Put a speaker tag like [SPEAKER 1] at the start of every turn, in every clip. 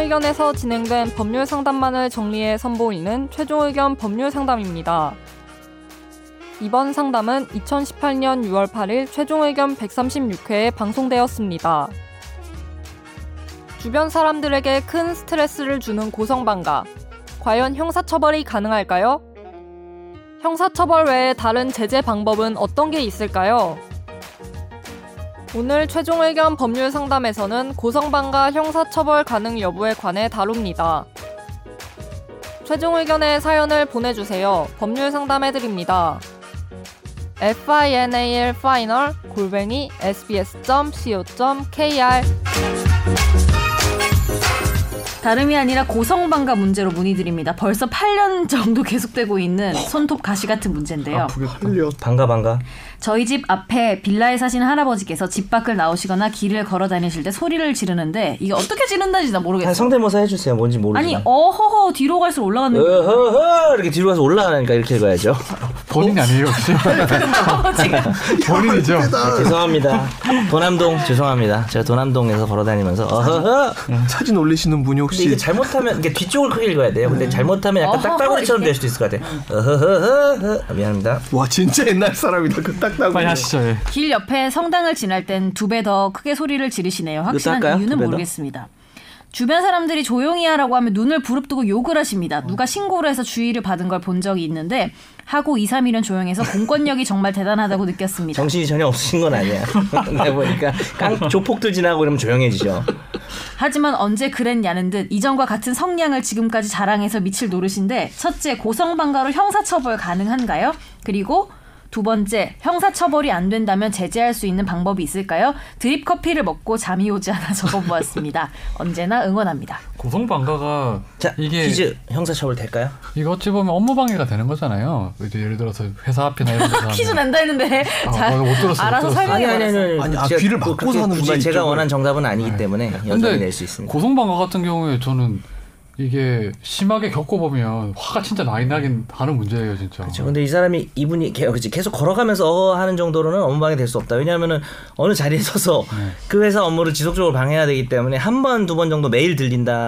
[SPEAKER 1] 의견에서 진행된 법률 상담만을 정리해 선보이는 최종 의견 법률 상담입니다. 이번 상담은 2018년 6월 8일 최종 의견 136회에 방송되었습니다. 주변 사람들에게 큰 스트레스를 주는 고성방가. 과연 형사처벌이 가능할까요? 형사처벌 외에 다른 제재 방법은 어떤 게 있을까요? 오늘 최종 의견 법률 상담에서는 고성방가 형사처벌 가능 여부에 관해 다룹니다. 최종 의견의 사연을 보내주세요. 법률 상담해드립니다. final final 골뱅이 sbs.co.kr
[SPEAKER 2] 다름이 아니라 고성방가 문제로 문의드립니다. 벌써 8년 정도 계속되고 있는
[SPEAKER 3] 어.
[SPEAKER 2] 손톱 가시 같은 문제인데요.
[SPEAKER 4] 틀려.
[SPEAKER 3] 반가 반가.
[SPEAKER 2] 저희 집 앞에 빌라에 사신 할아버지께서 집 밖을 나오시거나 길을 걸어 다니실 때 소리를 지르는데 이게 어떻게 지른다는지 나
[SPEAKER 3] 한
[SPEAKER 2] 모르겠어요.
[SPEAKER 3] 성대모사 해주세요. 뭔지
[SPEAKER 2] 아니
[SPEAKER 3] 아, 모르지만.
[SPEAKER 2] 어허허 뒤로 갈수록 올라가는
[SPEAKER 3] 으허허 이렇게 뒤로 가서 올라가니까 이렇게 읽어야죠.
[SPEAKER 4] 본인 아니에요 혹시?
[SPEAKER 2] 뭐
[SPEAKER 4] 본인이죠.
[SPEAKER 3] 아, 죄송합니다. 도남동 죄송합니다. 제가 도남동에서 걸어다니면서 어허허.
[SPEAKER 5] 사진 올리시는 분이
[SPEAKER 3] 근데 이게
[SPEAKER 5] 혹시
[SPEAKER 3] 잘못하면 이게 뒤쪽을 크게 읽어야 돼요. 근데 잘못하면 약간
[SPEAKER 2] 어허허,
[SPEAKER 3] 딱따구리처럼 될
[SPEAKER 2] 이렇게.
[SPEAKER 3] 수도 있을 것 같아요. 어허허허. 아, 미안합니다.
[SPEAKER 5] 와 진짜 옛날 사람이다 그 딱딱.
[SPEAKER 4] 빨리 하시죠. 예.
[SPEAKER 2] 길 옆에 성당을 지날 땐 두 배 더 크게 소리를 지르시네요. 확실한
[SPEAKER 3] 할까요?
[SPEAKER 2] 이유는
[SPEAKER 3] 두배 더?
[SPEAKER 2] 모르겠습니다. 주변 사람들이 조용히 하라고 하면 눈을 부릅뜨고 욕을
[SPEAKER 3] 어.
[SPEAKER 2] 하십니다. 누가 신고를 해서 주의를 받은 걸 본 적이 있는데 하고 2, 3일은 조용해서 공권력이 정말 대단하다고 느꼈습니다.
[SPEAKER 3] 정신이 전혀 없으신 건 아니야. 내가 보니까 깡 조폭들 지나고 이러면 조용해지죠.
[SPEAKER 2] 하지만 언제 그랬냐는 듯 이전과 같은 성량을 지금까지 자랑해서 미칠 노릇인데 첫째 고성방가로 형사처벌 가능한가요? 그리고 두 번째 형사처벌이 안 된다면 제재할 수 있는 방법이 있을까요? 드립 커피를 먹고 잠이 오지 않아 적어보았습니다. 언제나 응원합니다.
[SPEAKER 4] 고성 방가가
[SPEAKER 3] 자
[SPEAKER 4] 이게
[SPEAKER 3] 퀴즈 형사처벌 될까요?
[SPEAKER 4] 이거 어찌 보면 업무 방해가 되는 거잖아요. 이제 예를 들어서 회사 앞이나 이런 데서
[SPEAKER 2] 퀴즈
[SPEAKER 4] 하면.
[SPEAKER 2] 난다 했는데
[SPEAKER 4] 아,
[SPEAKER 2] 잘
[SPEAKER 4] 못 들었어, 못
[SPEAKER 2] 알아서
[SPEAKER 4] 들었어.
[SPEAKER 2] 설명해 버렸어요.
[SPEAKER 5] 아니, 아, 귀를 막고
[SPEAKER 3] 그렇게
[SPEAKER 5] 사는구나, 네.
[SPEAKER 3] 굳이 제가
[SPEAKER 5] 이쪽을.
[SPEAKER 3] 원한 정답은 아니기 때문에 여전히
[SPEAKER 4] 근데
[SPEAKER 3] 낼 수 있습니다.
[SPEAKER 4] 고성 방가 같은 경우에 저는 이게 심하게 겪어보면 화가 진짜 많이 나긴 하는 문제예요 진짜.
[SPEAKER 3] 그렇죠. 근데 이 사람이 이분이 계- 그치, 계속 걸어가면서 어 하는 정도로는 업무 방해 될 수 없다. 왜냐하면은 어느 자리에 서서
[SPEAKER 5] 네.
[SPEAKER 3] 그 회사 업무를 지속적으로 방해해야 되기 때문에 한 번 두 번 정도 매일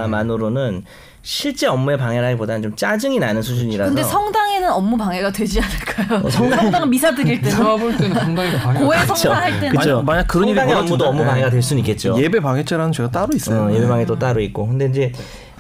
[SPEAKER 3] 들린다만으로는 실제 업무에 방해라기보다는 좀 짜증이 나는 수준이라서.
[SPEAKER 2] 근데 성당에는 업무 방해가 되지 않을까요? 성당은 미사 드릴 때는
[SPEAKER 4] 제가 볼 때는 상당히 방해.
[SPEAKER 2] 고해 성사 할 때는
[SPEAKER 3] 그쵸.
[SPEAKER 5] 만약- 만약 그런 일이
[SPEAKER 3] 성당의
[SPEAKER 5] 벌어진다.
[SPEAKER 3] 업무도 업무
[SPEAKER 5] 네.
[SPEAKER 3] 방해가 될 수는 있겠죠.
[SPEAKER 5] 예배 방해죄라는 죄가 따로 있어요.
[SPEAKER 3] 어, 예배방에 또 따로 있고. 근데 이제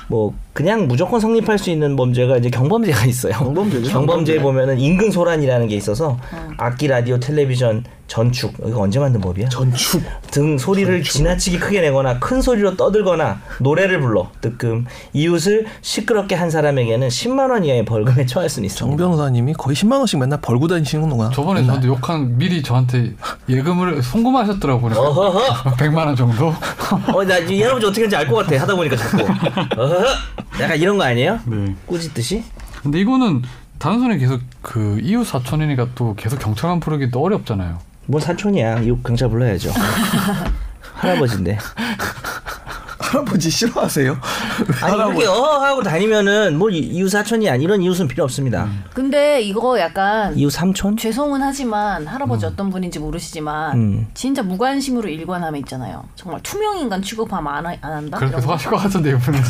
[SPEAKER 3] 뭐 그냥 무조건 성립할 수 있는 범죄가 이제 경범죄가 있어요.
[SPEAKER 5] 경범죄죠,
[SPEAKER 3] 경범죄에
[SPEAKER 5] 경범죄.
[SPEAKER 3] 보면은 인근 소란이라는 게 있어서 악기, 라디오, 텔레비전, 전축 이거 언제 만든 법이야?
[SPEAKER 5] 전축.
[SPEAKER 3] 등 소리를 지나치게 크게 내거나 큰 소리로 떠들거나 노래를 불러 뜨끔 이웃을 시끄럽게 한 사람에게는 10만 원 이하의 벌금에 처할 수는
[SPEAKER 5] 음. 정
[SPEAKER 3] 있습니다.
[SPEAKER 5] 변호사님이 거의 10만 원씩 맨날 벌고 다니시는구나.
[SPEAKER 4] 저번에 저한테 욕한 미리 저한테 예금을 송금하셨더라고요.
[SPEAKER 3] 어허허.
[SPEAKER 4] 100만 원 정도.
[SPEAKER 3] 어, 나 이 할아버지 어떻게 하는지 알 것 같아. 하다 보니까 자꾸. 어허허. 약간 이런 거 아니에요?
[SPEAKER 4] 네.
[SPEAKER 3] 꾸짖듯이?
[SPEAKER 4] 근데 이거는 단순히 계속 그 이웃 사촌이니까 또 계속 경찰만 부르기도 어렵잖아요.
[SPEAKER 3] 뭔 사촌이야. 이거 경찰 불러야죠. 할아버지인데.
[SPEAKER 5] 할아버지 싫어하세요?
[SPEAKER 3] 아니, 이렇게 어허 하고 다니면은 뭐 이- 이웃 사촌이 아니 이런 이웃은 필요 없습니다.
[SPEAKER 2] 근데 이거 약간
[SPEAKER 3] 이웃 삼촌?
[SPEAKER 2] 죄송은 하지만 할아버지 어떤 분인지 모르시지만
[SPEAKER 3] 음.
[SPEAKER 2] 진짜 무관심으로 일관함에 있잖아요. 정말 투명 인간 취급하면 안, 하- 안 한다.
[SPEAKER 3] 아,
[SPEAKER 4] 그렇게 뭐
[SPEAKER 2] 이런 거.
[SPEAKER 4] 속하실 것 같은데 이분은.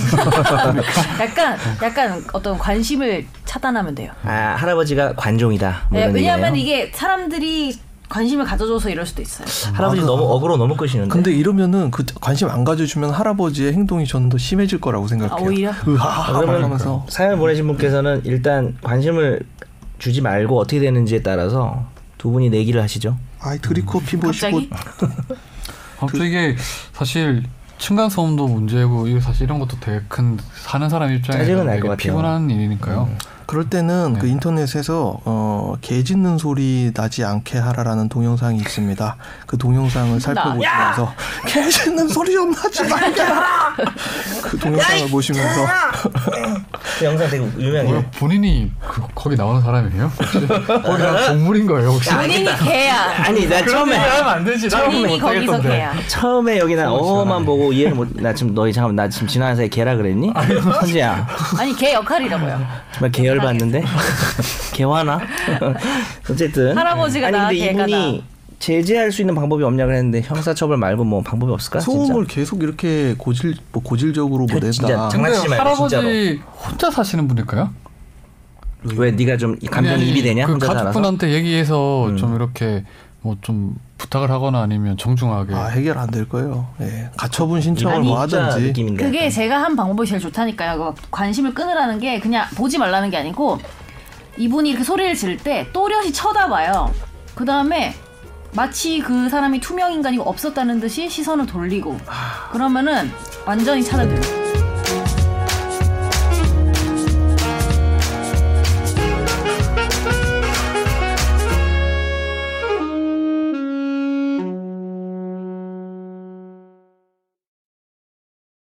[SPEAKER 2] 약간 약간 어떤 관심을 차단하면 돼요.
[SPEAKER 3] 아, 할아버지가 관종이다. 뭐
[SPEAKER 2] 네,
[SPEAKER 3] 이런
[SPEAKER 2] 왜냐하면
[SPEAKER 3] 얘기네요.
[SPEAKER 2] 이게 사람들이 관심을 가져줘서 이럴 수도 있어요.
[SPEAKER 3] 할아버지 너무 어그로 너무 끄시는데.
[SPEAKER 5] 근데 이러면은 그 관심 안 가져주면 할아버지의 행동이 저는 더 심해질 거라고 생각해요.
[SPEAKER 2] 아, 오히려?
[SPEAKER 5] 으하 막 하면서
[SPEAKER 3] 사연 보내신 분께서는 일단 관심을 주지 말고 어떻게 되는지에 따라서 두 분이 내기를 하시죠.
[SPEAKER 5] 아이 드리코피 보시고
[SPEAKER 2] 갑자기
[SPEAKER 3] 그
[SPEAKER 4] 아무튼 이게 사실 층간 소음도 문제고 이거 사실 이런 것도 되게 큰 사는 사람 입장에서
[SPEAKER 3] 짜증은 날것
[SPEAKER 4] 되게
[SPEAKER 3] 같아요. 음.
[SPEAKER 4] 피곤한 일이니까요.
[SPEAKER 5] 그럴 때는
[SPEAKER 3] 네.
[SPEAKER 5] 그 인터넷에서 어, 개 짖는 소리 나지 않게 하라라는 동영상이 있습니다. 그 동영상을 살펴보시면서 개 짖는 소리 좀 나지 말게 하라. 그 동영상을 보시면서
[SPEAKER 3] 그 영상 되게 유명해요.
[SPEAKER 4] 뭐야, 본인이 그, 거기 나오는 사람이에요? 혹시? 거기가 동물인 거예요 혹시?
[SPEAKER 2] 본인이 개야.
[SPEAKER 3] 아니 나 처음에
[SPEAKER 4] 하면 안 되지. 나
[SPEAKER 2] 본인이 거기서 개야.
[SPEAKER 3] 처음에 여기 나 어만 보고 이해를 못. 나 지금 너희 잠깐 나 지금 지난 사이 개라 그랬니? 선지야
[SPEAKER 2] 아니 개 역할이라고요.
[SPEAKER 3] 정말 개열
[SPEAKER 2] 아,
[SPEAKER 3] 받는데 개화나 어쨌든
[SPEAKER 2] 할아버지가
[SPEAKER 3] 아니
[SPEAKER 2] 나,
[SPEAKER 3] 근데
[SPEAKER 2] 개가
[SPEAKER 3] 이분이 제재할 수 있는 방법이 없냐 그랬는데 형사처벌 말고 뭐 방법이 없을까?
[SPEAKER 5] 아, 소음을 계속 이렇게 고질 뭐 고질적으로
[SPEAKER 3] 저
[SPEAKER 5] 보낸다.
[SPEAKER 3] 진짜 장-
[SPEAKER 4] 근데
[SPEAKER 3] 장난치지 말고,
[SPEAKER 4] 할아버지
[SPEAKER 3] 진짜로.
[SPEAKER 4] 혼자 사시는 분일까요?
[SPEAKER 3] 진짜. 왜 네가 좀 감정이
[SPEAKER 4] 아니,
[SPEAKER 3] 입이 되냐?
[SPEAKER 4] 그
[SPEAKER 3] 혼자 살아서.
[SPEAKER 4] 가족분한테 얘기해서
[SPEAKER 3] 음.
[SPEAKER 4] 좀 이렇게 뭐 좀 부탁을 하거나 아니면 정중하게
[SPEAKER 5] 아 해결 안 될 거예요. 예, 가처분 신청을
[SPEAKER 3] 아니,
[SPEAKER 5] 뭐
[SPEAKER 3] 진짜
[SPEAKER 5] 하든지
[SPEAKER 3] 느낌인데.
[SPEAKER 2] 그게 제가 한 방법이 제일 좋다니까요. 그거 관심을 끊으라는 게 그냥 보지 말라는 게 아니고 이분이 이렇게 소리를 지를 때 또렷이 쳐다봐요. 그 다음에 마치 그
[SPEAKER 3] 아.
[SPEAKER 2] 사람이 투명 인간이고 없었다는 듯이 시선을 돌리고 그러면은 완전히 차단돼요.